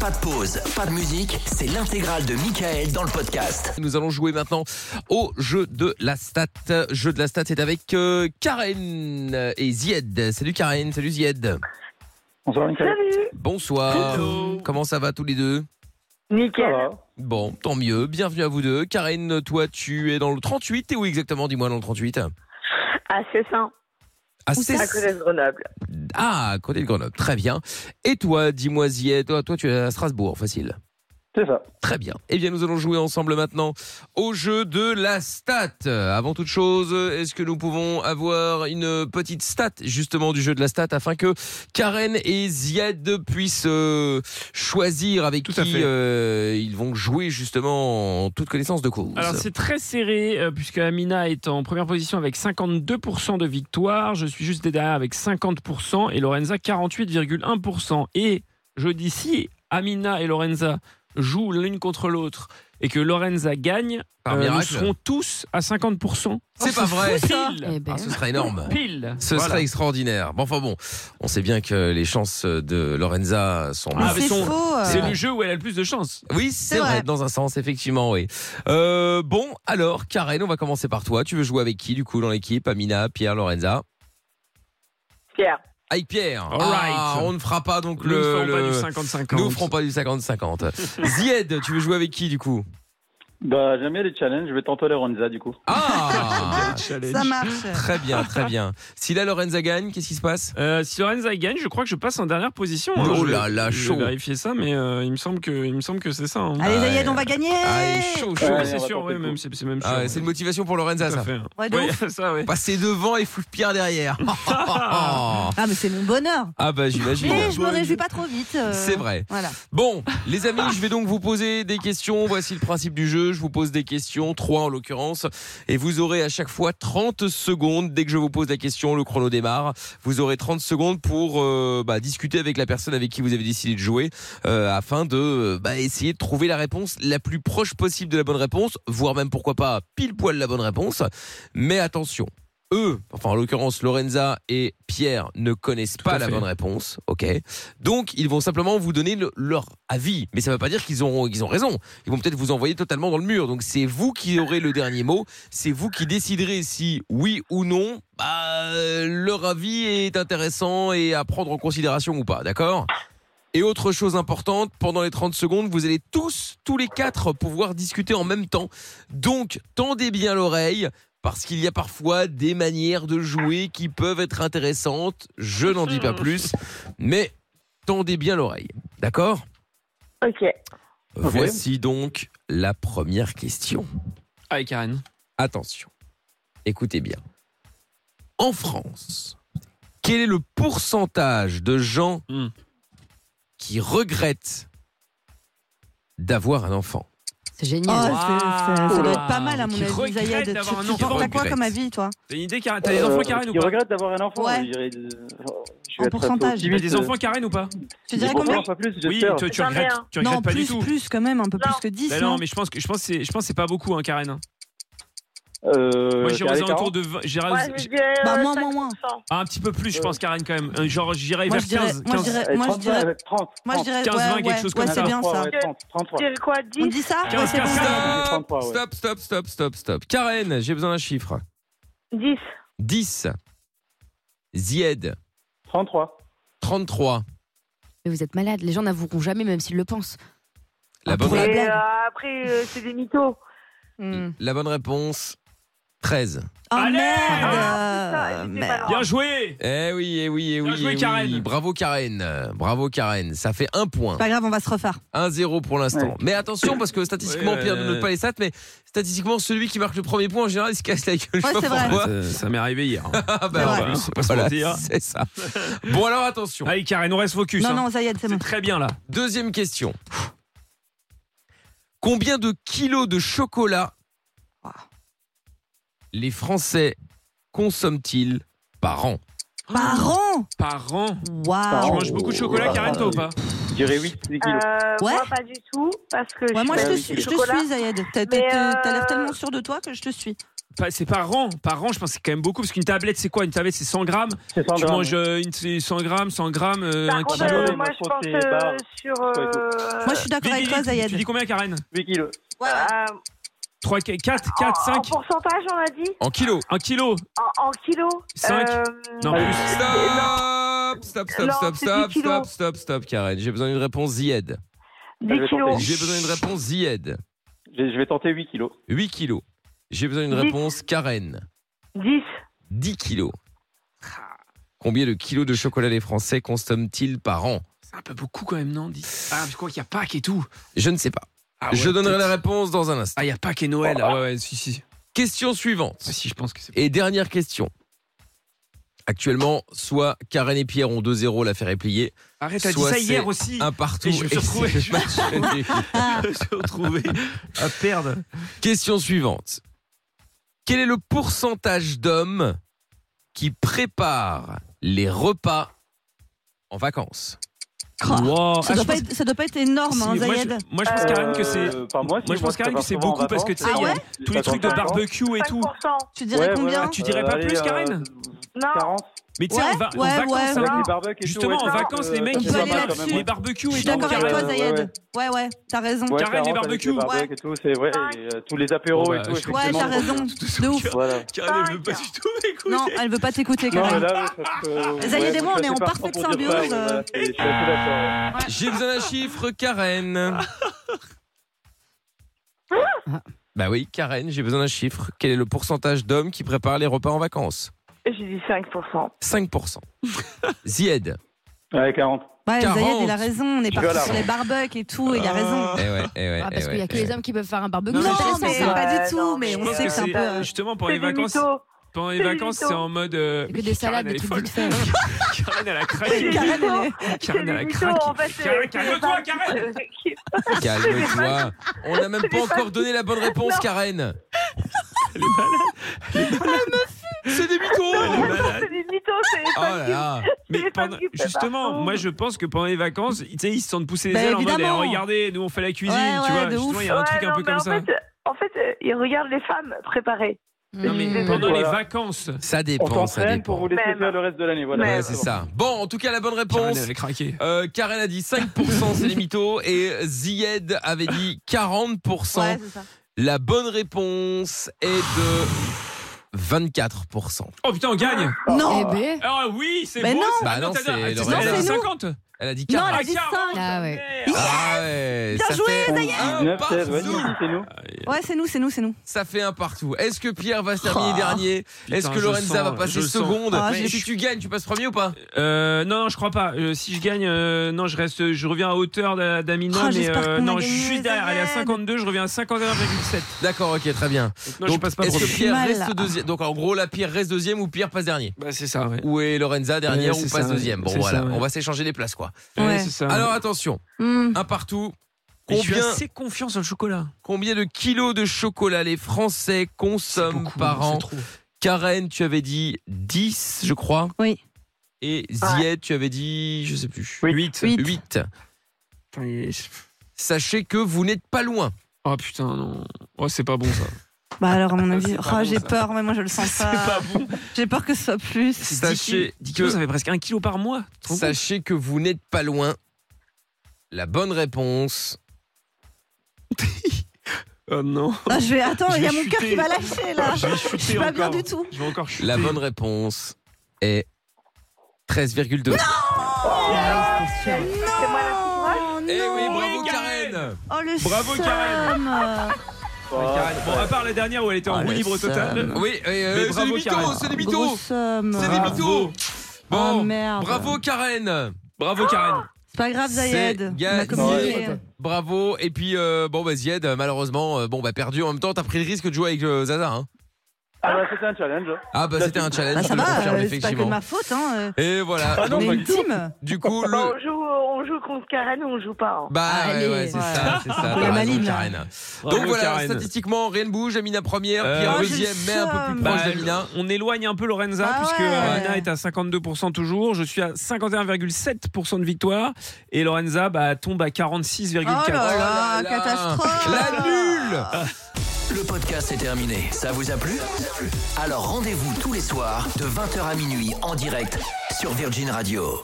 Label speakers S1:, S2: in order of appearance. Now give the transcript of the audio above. S1: Pas de pause, pas de musique, c'est l'intégrale de Michael dans le podcast.
S2: Nous allons jouer maintenant au jeu de la stat. Jeu de la stat, c'est avec euh, Karen et Zied. Salut Karen, salut Zied.
S3: Bonsoir Michael.
S4: Salut
S2: Bonsoir. Comment ça va tous les deux
S3: Ça
S4: Nickel.
S3: va
S2: Bon, tant mieux. Bienvenue à vous deux. Karen, toi, tu es dans le 38. Et où exactement Dis-moi dans le 38.
S4: À Cessin,
S2: À
S4: à
S2: Cess-
S4: côté de Grenoble.
S2: Ah, à côté de Grenoble. Très bien. Et toi, dis-moi Zied. Toi, toi, tu es à Strasbourg. Facile.
S3: C'est ça.
S2: Très bien. Eh bien, nous allons jouer ensemble maintenant au jeu de la stat. Euh, Avant toute chose, euh, est-ce que nous pouvons avoir une petite stat justement du jeu de la stat afin que Karen et Ziad puissent euh, choisir avec
S5: Tout à
S2: qui
S5: fait.
S2: euh, ils vont jouer justement en toute connaissance de cause.
S5: Alors c'est très serré euh, puisque Amina est en première position avec 52% de victoire, je suis juste derrière avec 50% et Lorenza 48,1%. Et je dis si Amina et Lorenza jouent l'une contre l'autre et que Lorenza gagne,
S2: Par
S5: euh, nous
S2: miracle.
S5: serons tous à 50%.
S2: C'est pas vrai.
S5: Pile,
S6: Eh ben,
S2: Ah, ce serait énorme.
S5: pile.
S2: Ce
S5: Voilà.
S2: serait extraordinaire. Bon, enfin bon, on sait bien que les chances de Lorenza sont
S5: Ah,
S6: c'est
S5: mais son-
S6: faux. euh,
S5: C'est le jeu où elle a le plus de chance.
S2: Oui, c'est
S6: C'est
S2: vrai.
S6: vrai.
S2: dans un sens, effectivement, oui. Euh, bon, alors, Karen, on va commencer par toi. Tu veux jouer avec qui, du coup, dans l'équipe Amina, Pierre, Lorenza
S4: Pierre.
S2: Avec Pierre.
S5: All right.
S2: Ah, on ne fera pas donc
S5: Nous ne
S2: le.
S5: ferons pas
S2: le-
S5: du 50-50.
S2: Nous ne ferons pas du 50-50. Zied, tu veux jouer avec qui, du coup
S3: Bah, j'aime bien les challenges, je vais tenter les Ronza du coup.
S2: Ah
S6: Ça
S5: ah,
S6: marche.
S2: Très bien, très bien. Si la Lorenza gagne, qu'est-ce qui se passe
S5: Euh, si Lorenza gagne, je crois que je passe en dernière position. hein.
S2: Oh
S5: Je-
S2: là là,
S5: je vais
S2: chaud.
S5: Vérifier ça, mais euh, il me semble que, il me semble que c'est ça. hein.
S6: Allez,
S2: Ah,
S6: Zayed, on va gagner.
S2: Ah, il est chaud, chaud.
S5: Ouais,
S3: Ouais,
S5: c'est
S3: on va
S5: sûr,
S3: tenter
S5: ouais,
S3: le
S5: même
S3: coup.
S5: c'est c'est même sûr.
S2: Ah, c'est une motivation pour Lorenza, ça.
S6: Ouais, de ouf.
S5: ça, ouais.
S2: Passer devant et foutre Pierre derrière. ah
S6: Ah, mais c'est mon bonheur.
S2: bah j'imagine.
S6: Mais je me réjouis pas trop vite. euh,
S2: C'est vrai.
S6: Voilà.
S2: Bon, les amis, je vais donc vous poser des questions. Voici le principe du jeu. Je vous pose des questions, trois en l'occurrence, et vous aurez à chaque fois 30 secondes. Dès que je vous pose la question, le chrono démarre. Vous aurez 30 secondes pour euh, bah, discuter avec la personne avec qui vous avez décidé de jouer, euh, afin de euh, bah, essayer de trouver la réponse la plus proche possible de la bonne réponse, voire même pourquoi pas pile poil la bonne réponse. Mais attention. Eux, enfin en l'occurrence Lorenza et Pierre, ne connaissent
S5: à
S2: pas la
S5: fait.
S2: bonne réponse, ok donc, ils vont simplement vous donner le- leur avis. Mais ça ne veut pas dire qu'ils auront, qu'ils ont raison. Ils vont peut-être vous envoyer totalement dans le mur. Donc, c'est vous qui aurez le dernier mot. C'est vous qui déciderez si, oui ou non, bah, euh, leur avis est intéressant et à prendre en considération ou pas. D'accord et autre chose importante, pendant les 30 secondes, vous allez tous, tous les quatre, pouvoir discuter en même temps. Donc, tendez bien l'oreille, parce qu'il y a parfois des manières de jouer qui peuvent être intéressantes. Je n'en dis pas plus, mais tendez bien l'oreille. D'accord
S4: Ok.
S2: Voici donc la première question.
S5: Allez, Karen.
S2: Attention, écoutez bien. En France, quel est le pourcentage de gens
S5: Hmm.
S2: qui regrettent d'avoir un enfant
S6: C'est Oh, génial.
S5: Wow.
S6: c'est- c'est- ça doit être pas mal à mon
S5: Oh Qui
S6: avis,
S5: regrette
S6: Zayed. Tu,
S5: d'avoir un
S6: tu
S5: enfant.
S6: penses à quoi
S2: Regrette.
S6: comme avis, toi
S5: T'as une idée, Karen T'as des enfants, Karen, ou
S3: Qui
S5: pas
S3: regrette d'avoir un enfant
S6: Ouais.
S3: je dirais, euh, je
S6: En
S3: vais être
S6: pourcentage.
S3: optimiste.
S5: Tu as des enfants, Karen, ou pas
S6: Tu dirais
S3: Des
S6: combien
S3: enfants, pas plus,
S5: Oui,
S3: j'espère. Euh,
S5: tu, tu
S4: J'en ai
S5: regrettes,
S4: un.
S5: tu
S6: Non,
S5: regrettes pas
S6: plus,
S5: du tout.
S6: plus quand même, un peu
S4: Non.
S6: plus que 10.
S5: Bah non, mais je pense que je pense que c'est je pense que c'est pas beaucoup hein Karen. hein.
S3: Euh,
S5: Moi
S3: je dirais
S5: j'irais
S3: les 40.
S5: autour de 20, j'irais-
S4: Moi, je
S5: j'irais-
S4: dirais.
S6: Bah,
S4: euh,
S6: moins, moins, moins.
S4: 50%.
S5: ah, un petit peu plus je pense Karen quand même. Euh, Genre j'irais
S6: Moi,
S5: vers
S6: je dirais-
S5: 15
S6: moi, je
S5: 15.
S6: dirais-
S3: Euh,
S6: moi, je
S3: 35,
S6: dirais-
S3: avec 30.
S6: Moi, je dirais
S5: 15, 20,
S6: ouais,
S5: oh, quelque
S6: ouais,
S5: chose
S6: ouais,
S5: comme
S6: c'est
S5: ça.
S6: bien ça.
S4: ouais,
S3: 30, 33.
S4: Tu dirais quoi
S6: On
S4: 10
S6: dit ça Ouais,
S5: 15,
S6: c'est bon.
S5: Ah,
S2: Stop,
S3: 33, ouais.
S2: stop, stop, stop, stop, stop. Karen, j'ai besoin d'un chiffre.
S4: 10.
S2: 10. Zied,
S3: 33.
S2: 33.
S7: Mais vous êtes malade, les gens n'avoueront jamais même s'ils le pensent.
S2: La
S6: Ah,
S2: bonne,
S6: pour la
S4: Et
S6: blague.
S4: euh, après, euh, c'est des mythos.
S6: Hmm.
S2: la bonne réponse, 13.
S6: Oh
S5: Allez
S6: merde
S4: Ah, putain,
S6: euh,
S4: j'étais pas
S6: merde.
S5: Bien joué.
S2: Eh oui, eh oui, eh oui.
S5: Bien joué,
S2: eh oui.
S5: Karen.
S2: Bravo Karen. Euh, Bravo Karen. Ça fait un point.
S6: Pas grave, on va se refaire.
S2: 1-0 pour l'instant.
S3: Ouais.
S2: Mais attention, parce que statistiquement,
S5: Ouais, ouais,
S2: Pierre ne note
S5: ouais.
S2: pas les stats, mais statistiquement, celui qui marque le premier point, en général, il se casse la gueule. je sais
S6: Ouais,
S2: pas
S6: c'est vrai.
S2: pourquoi.
S5: Ça, m'est arrivé hier.
S2: Ah
S6: C'est
S2: bah,
S6: vrai.
S2: en plus,
S5: On va pas hein. se
S2: voilà,
S5: mentir.
S2: c'est ça. Bon, alors attention.
S5: Allez Karen, on reste focus.
S6: Non,
S5: hein.
S6: non, Zayed, c'est
S5: c'est
S6: bon.
S5: très bien là.
S2: Deuxième question. Combien de kilos de chocolat
S6: Wow.
S2: les Français consomment-ils par an
S6: Par an
S5: Par an.
S3: Par an.
S5: Tu
S6: Waouh
S5: manges beaucoup de chocolat
S3: Oh.
S5: Karen toi ou pas
S3: Je dirais 8 10 kilos.
S4: Euh,
S6: Ouais.
S4: Moi, pas du tout. Parce que
S6: Ouais,
S4: suis
S6: moi, je te
S4: allergique
S6: suis,
S4: au
S6: je te
S4: bah chocolat.
S6: suis Zayed. T'as t'as-
S4: Mais,
S6: t'as- t'as l'air
S4: euh,
S6: tellement sûr de toi que je te suis.
S5: pas- c'est par rang. Par rang, je pense que c'est quand même beaucoup. Parce qu'une tablette, c'est quoi Une tablette, c'est 100 grammes.
S3: C'est 100
S5: Tu
S3: grammes.
S5: manges euh, une, c'est 100 grammes, 100 grammes, euh,
S4: Par
S5: 1
S4: contre,
S5: kilo.
S4: euh,
S3: kilo,
S4: moi,
S3: je
S4: je
S3: crois
S4: pense
S3: que c'est
S4: euh,
S3: barre.
S4: sur.
S3: et tout.
S4: euh,
S6: Moi, je suis d'accord avec toi,
S5: Vivi,
S6: Zayed.
S5: Tu dis combien, Karen
S3: 8 kilos.
S6: Ouais, ouais.
S4: euh,
S5: 3, 4,
S4: en-
S6: Oh,
S5: 4, 5
S4: En pourcentage, on a dit
S2: En kilos.
S5: 1 kilo
S4: En, en kilo
S5: Cinq.
S4: euh,
S5: Non,
S3: Ah,
S2: Stop
S5: plus.
S2: Stop, stop,
S4: Non,
S2: stop,
S4: c'est
S2: stop, stop,
S4: dix kilos.
S2: stop, stop, Karen. J'ai besoin d'une réponse Zied.
S4: 10 kilos.
S2: J'ai besoin d'une réponse Zied.
S3: Je je vais tenter 8 kilos.
S2: 8 kilos. J'ai besoin d'une
S4: Dix.
S2: réponse Karen.
S4: 10.
S2: 10 kilos. Combien de kilos de chocolat les Français consomment-ils par an
S5: C'est un peu beaucoup quand même, non dit. Ah, je crois qu'il y a Pâques et tout.
S2: Je ne sais pas.
S5: Ah
S2: Je
S5: ouais,
S2: donnerai
S5: peut-être.
S2: la Oh, réponse dans un instant.
S5: Ah, il y a Pâques et Noël. Ah, ouais, ouais, si, si.
S2: Question suivante.
S5: Ah, si, je pense que c'est.
S2: Et dernière question. Actuellement, soit Karen et Pierre ont 2-0, l'affaire est pliée.
S5: Arrête, t'as dit
S2: Soit
S5: ça
S2: c'est
S5: hier aussi.
S2: Un partout.
S5: Et je me suis
S2: et
S5: retrouvé-
S2: c'est le match nul.
S5: Je me suis retrouvé à perdre.
S2: Question suivante. Quel est le pourcentage d'hommes qui préparent les repas en vacances
S6: Oh,
S5: Wow.
S6: ça,
S5: Ah,
S6: doit
S5: je
S6: pas
S5: pense-
S6: être, ça doit pas être énorme, hein,
S5: si, moi,
S6: Zayed.
S5: je, moi, je pense, Karen, que c'est.
S3: Euh, enfin, moi, si,
S5: moi, je pense, Karen,
S3: préfère
S5: que c'est
S3: souvent en
S5: beaucoup parce que, tu sais,
S3: vacances.
S5: il y a
S6: Ah
S5: tous les trucs de
S4: vacances.
S5: barbecue et tout.
S4: 5%.
S6: Tu dirais
S3: Ouais, Euh,
S6: combien
S3: voilà.
S5: Tu dirais pas plus, Karen
S4: Non.
S3: 40
S5: Mais tu sais, en, va- en
S6: Ouais, ouais,
S5: vacances,
S6: ouais.
S5: hein,
S3: avec les barbecues et
S5: justement,
S3: tout,
S5: en
S3: ouais,
S5: vacances,
S3: euh,
S5: les mecs,
S6: on
S5: ils
S6: peut
S5: ont
S6: aller
S5: un-
S6: là-dessus.
S5: les barbecues
S6: Je
S5: et
S6: suis
S5: tout.
S6: d'accord avec toi,
S5: Karen.
S3: ouais, ouais.
S6: Zayed. Ouais, ouais, t'as raison.
S3: Ouais,
S5: Karen, les
S3: 40 avec
S5: barbecues, ouais.
S3: barbecues et tout, c'est vrai. et, euh, tous les apéros
S5: Bon,
S3: et
S5: bah,
S3: tout.
S5: je
S6: Ouais,
S3: effectivement.
S6: t'as raison. De ouf.
S3: Voilà.
S5: Karen, elle veut pas du tout m'écouter.
S6: Non, elle veut pas t'écouter,
S3: Non, mais
S6: Karen.
S3: là, oui, parce que,
S6: Zayed et moi, on
S3: je suis
S6: est en
S3: assez
S6: parfaite
S3: partant pour dire ça,
S6: symbiose,
S3: ouais,
S6: euh.
S3: voilà, c'est- je suis assez d'accord.
S2: J'ai besoin d'un chiffre, Karen.
S7: Ah.
S2: Bah oui, Karen, j'ai besoin d'un chiffre. Quel est le pourcentage d'hommes qui préparent les repas en vacances
S4: J'ai dit 5%.
S2: 5%. Zied.
S3: Ouais, 40.
S6: Ouais,
S2: 40.
S6: Zayed, il a raison. On est
S3: Je
S6: parti
S3: vais là.
S6: sur les barbecues et tout, il a raison.
S2: Eh ouais, eh ouais,
S7: Ah,
S2: eh
S7: parce qu'il y a
S2: ouais, eh
S7: que les
S2: ouais.
S7: hommes qui peuvent faire un barbecue.
S5: Non,
S7: c'est
S6: Non,
S7: intéressant,
S6: mais
S7: ça.
S6: pas du tout,
S4: Non,
S6: mais
S4: mais
S6: on
S5: Je pense
S6: sait
S5: que
S6: que c'est un
S5: c'est euh,
S6: peu.
S5: justement pendant
S4: C'est
S5: les
S4: des
S5: vacances.
S4: mythos.
S5: Pendant les
S4: C'est des
S5: vacances,
S4: mythos.
S5: c'est en mode. euh,
S7: C'est que des
S5: Karen,
S7: salades,
S5: elle
S7: des
S5: est
S7: trucs
S5: folle.
S7: vite faits.
S5: Karen, elle a
S4: C'est
S5: craqué.
S4: des
S6: Karen,
S4: mythos.
S6: elle est-
S5: Karen, elle a
S4: C'est des
S5: craqué.
S4: mythos, en fait.
S5: Karen,
S4: c'est-
S5: calme-toi,
S4: c'est des
S5: Karen.
S4: barbecues.
S2: eh Calme-toi. On n'a même
S4: C'est
S2: pas
S4: des
S2: encore donné la bonne réponse, Karen. C'est des mythos
S4: C'est des mythos, c'est des
S2: Oh là
S4: barbecues.
S2: là
S5: Mais
S4: C'est
S5: pendant-
S4: pas qu'il fait
S5: justement,
S4: pas.
S5: moi je pense que pendant les vacances, tu sais, ils se sentent pousser les
S6: Bah,
S5: ailes en mode eh,
S6: évidemment.
S5: regardez, nous on fait la cuisine,
S6: Ouais,
S5: tu
S6: ouais,
S5: vois.
S6: de
S5: Justement,
S6: ouf.
S5: il y a un
S4: Ouais,
S5: truc un
S4: non,
S5: peu
S4: mais
S5: comme
S4: en
S5: ça.
S4: Fait, en fait, euh, ils regardent les femmes préparer.
S7: Mm.
S5: Non, mais
S4: Voilà.
S5: pendant les vacances,
S2: Ça
S3: On
S2: dépend, ça
S3: s'entraîne pour
S2: dépend.
S3: vous laisser
S4: Même.
S3: faire le reste de l'année. Voilà.
S2: Ouais,
S4: Même.
S2: c'est ça. Bon, en tout cas, la bonne
S5: Karen,
S2: réponse.
S5: elle a craqué.
S2: euh, Karen a dit 5%, c'est les mythos. Et Zied avait dit 40%.
S6: Ouais, c'est ça.
S2: La bonne réponse est de 24%.
S5: Oh putain, on gagne
S7: Eh
S6: Non
S7: ben.
S5: Ah oui, c'est
S6: Mais
S5: beau
S6: non.
S5: ça.
S2: Bah
S5: Attends,
S2: non,
S5: t'as-
S2: c'est
S5: attends,
S2: Lorenza.
S5: elle a
S6: Non, c'est nous.
S5: 50
S2: Elle a dit
S6: Non, elle
S2: 40%.
S6: a dit 5
S7: Ah ouais.
S2: Ah ouais,
S6: Bien
S2: ça
S6: joué,
S2: fait
S6: Zayed.
S2: un
S3: 19, 16, ouais,
S2: partout.
S3: c'est nous.
S6: Ouais, c'est nous, c'est nous, c'est nous.
S2: Ça fait un partout. Est-ce que Pierre va se terminer
S6: Oh.
S2: dernier
S5: Putain,
S2: Est-ce que
S5: je
S2: Lorenza
S5: sens,
S2: va passer
S5: je sens.
S2: seconde
S6: Ah,
S2: Et
S6: je
S2: si
S6: suis-
S2: tu gagnes, tu passes premier ou pas
S5: Euh, non, non, je crois pas. Euh, si je gagne, euh, non, je reste, je reviens à hauteur d'a- d'Amina,
S6: Oh,
S5: mais euh,
S6: j'espère qu'on a
S5: non, je
S6: gagné,
S5: suis derrière. Elle est à
S6: Zayed.
S5: 52, je reviens à 51,7.
S2: D'accord, ok, très bien.
S5: Donc, Non, je
S2: Donc,
S5: passe pas
S2: est-ce que
S5: premier.
S2: Pierre
S6: Mal,
S2: reste
S6: là.
S2: deuxième Donc en gros, la Pierre reste deuxième ou Pierre passe dernier
S5: Bah, c'est ça, ouais.
S2: Ou est Lorenza dernière
S5: Ouais,
S2: ou
S5: c'est
S2: passe
S5: ça, ouais.
S2: deuxième Bon
S5: C'est
S2: voilà,
S5: ça, ouais.
S2: on va s'échanger les places quoi.
S5: Ouais,
S6: Ouais.
S5: c'est ça.
S2: Alors attention,
S6: Hmm.
S2: un partout.
S5: Mais je suis
S2: Combien,
S5: assez confiant sur le chocolat.
S2: combien de kilos de chocolat les Français
S5: C'est
S2: consomment
S5: beaucoup,
S2: par
S5: c'est
S2: an
S5: trop.
S2: Karen, tu avais dit 10, je crois.
S6: Oui.
S2: Et
S4: Ouais.
S2: Ziet, tu avais dit, je sais plus.
S5: 8.
S6: Ah. Huit.
S2: 8.
S5: Putain, il est-
S2: Sachez que vous n'êtes pas loin.
S5: Oh putain, non. Oh, c'est pas bon ça.
S6: Bah alors, à mon avis,
S5: c'est pas
S6: oh,
S5: bon,
S6: j'ai
S5: ça.
S6: peur, mais moi je le sens
S5: C'est pas
S6: pas.
S5: bon.
S6: J'ai peur que ce soit plus.
S5: C'est
S2: Sachez
S5: 10 kilos,
S2: que-
S5: ça fait presque 1 kilo par mois. Tu te rends compte
S2: Sachez que vous n'êtes pas loin. La bonne réponse.
S5: Oh non.
S6: Ah, je vais... Attends,
S5: Je
S6: il y a
S5: vais
S6: mon cœur
S5: chuter.
S6: qui va lâcher là.
S5: Je vais
S6: Je
S5: chuter
S6: suis pas bien
S5: encore.
S6: du tout.
S5: Je vais encore chuter.
S2: La bonne réponse est 13,2.
S5: Oh,
S4: C'est moi la petite roche.
S6: Oh,
S2: Eh oui,
S6: non.
S2: bravo
S5: Oui, Karen.
S2: Karen
S6: Oh le
S5: Bravo, Karen.
S6: seum.
S5: Ouais, Karen. Bon, à part la dernière où elle était en
S2: Ah,
S5: roue
S2: le
S5: libre au
S2: seum.
S5: total.
S2: Oui, euh,
S5: Mais
S2: euh, c'est
S5: bravo,
S2: des mythos,
S5: Karen.
S2: c'est des
S6: Gros
S2: mythos
S6: seum.
S2: C'est des mythos
S6: Oh
S2: Bon,
S6: merde.
S2: bravo Karen
S5: Bravo
S2: Ah
S5: Karen.
S6: C'est pas grave,
S2: C'est
S6: Zayed. On
S2: gagné.
S6: a communiqué.
S3: Ouais.
S2: Bravo Et puis, euh, bon, bah Zied, euh, malheureusement, euh, bon, bah perdu. En même temps, t'as pris le risque de jouer avec euh, Zaza. hein.
S3: Ah, bah, c'était un challenge.
S2: Ah bah c'était un challenge,
S6: Bah,
S2: je te
S6: ça
S2: le
S6: va,
S2: confirme,
S6: euh, c'est pas que de
S2: effectivement.
S6: ma faute. Hein.
S2: Et voilà,
S3: Ah non,
S6: on
S2: donc,
S6: est
S3: bah,
S6: une
S3: du tout.
S6: team.
S2: du coup,
S4: Bah,
S2: le...
S4: on, joue, on joue contre Karen ou on joue pas. hein.
S2: Bah ouais,
S7: Allez.
S2: ouais, c'est
S6: Ouais.
S2: ça, c'est ça. t'as
S6: La
S2: raison,
S6: maline.
S2: Karen.
S5: Bravo,
S2: Donc voilà,
S5: Karen.
S2: statistiquement, rien ne bouge. Amina première,
S5: Euh,
S2: Pierre
S5: oh, j'ai
S2: deuxième,
S6: le
S2: mais un peu plus
S6: seum.
S5: Bah,
S2: proche d'Amina.
S5: on éloigne un peu Lorenza
S6: Ah
S5: puisque
S6: ouais.
S5: Amina est à 52% toujours. Je suis à 51,7% de victoire et Lorenza bah, tombe à 46,4%.
S6: Oh là là,
S2: Oh là là.
S6: catastrophe
S2: La nulle
S1: Le podcast est terminé. Ça vous a plu Alors rendez-vous tous les soirs de 20h à minuit en direct sur Virgin Radio.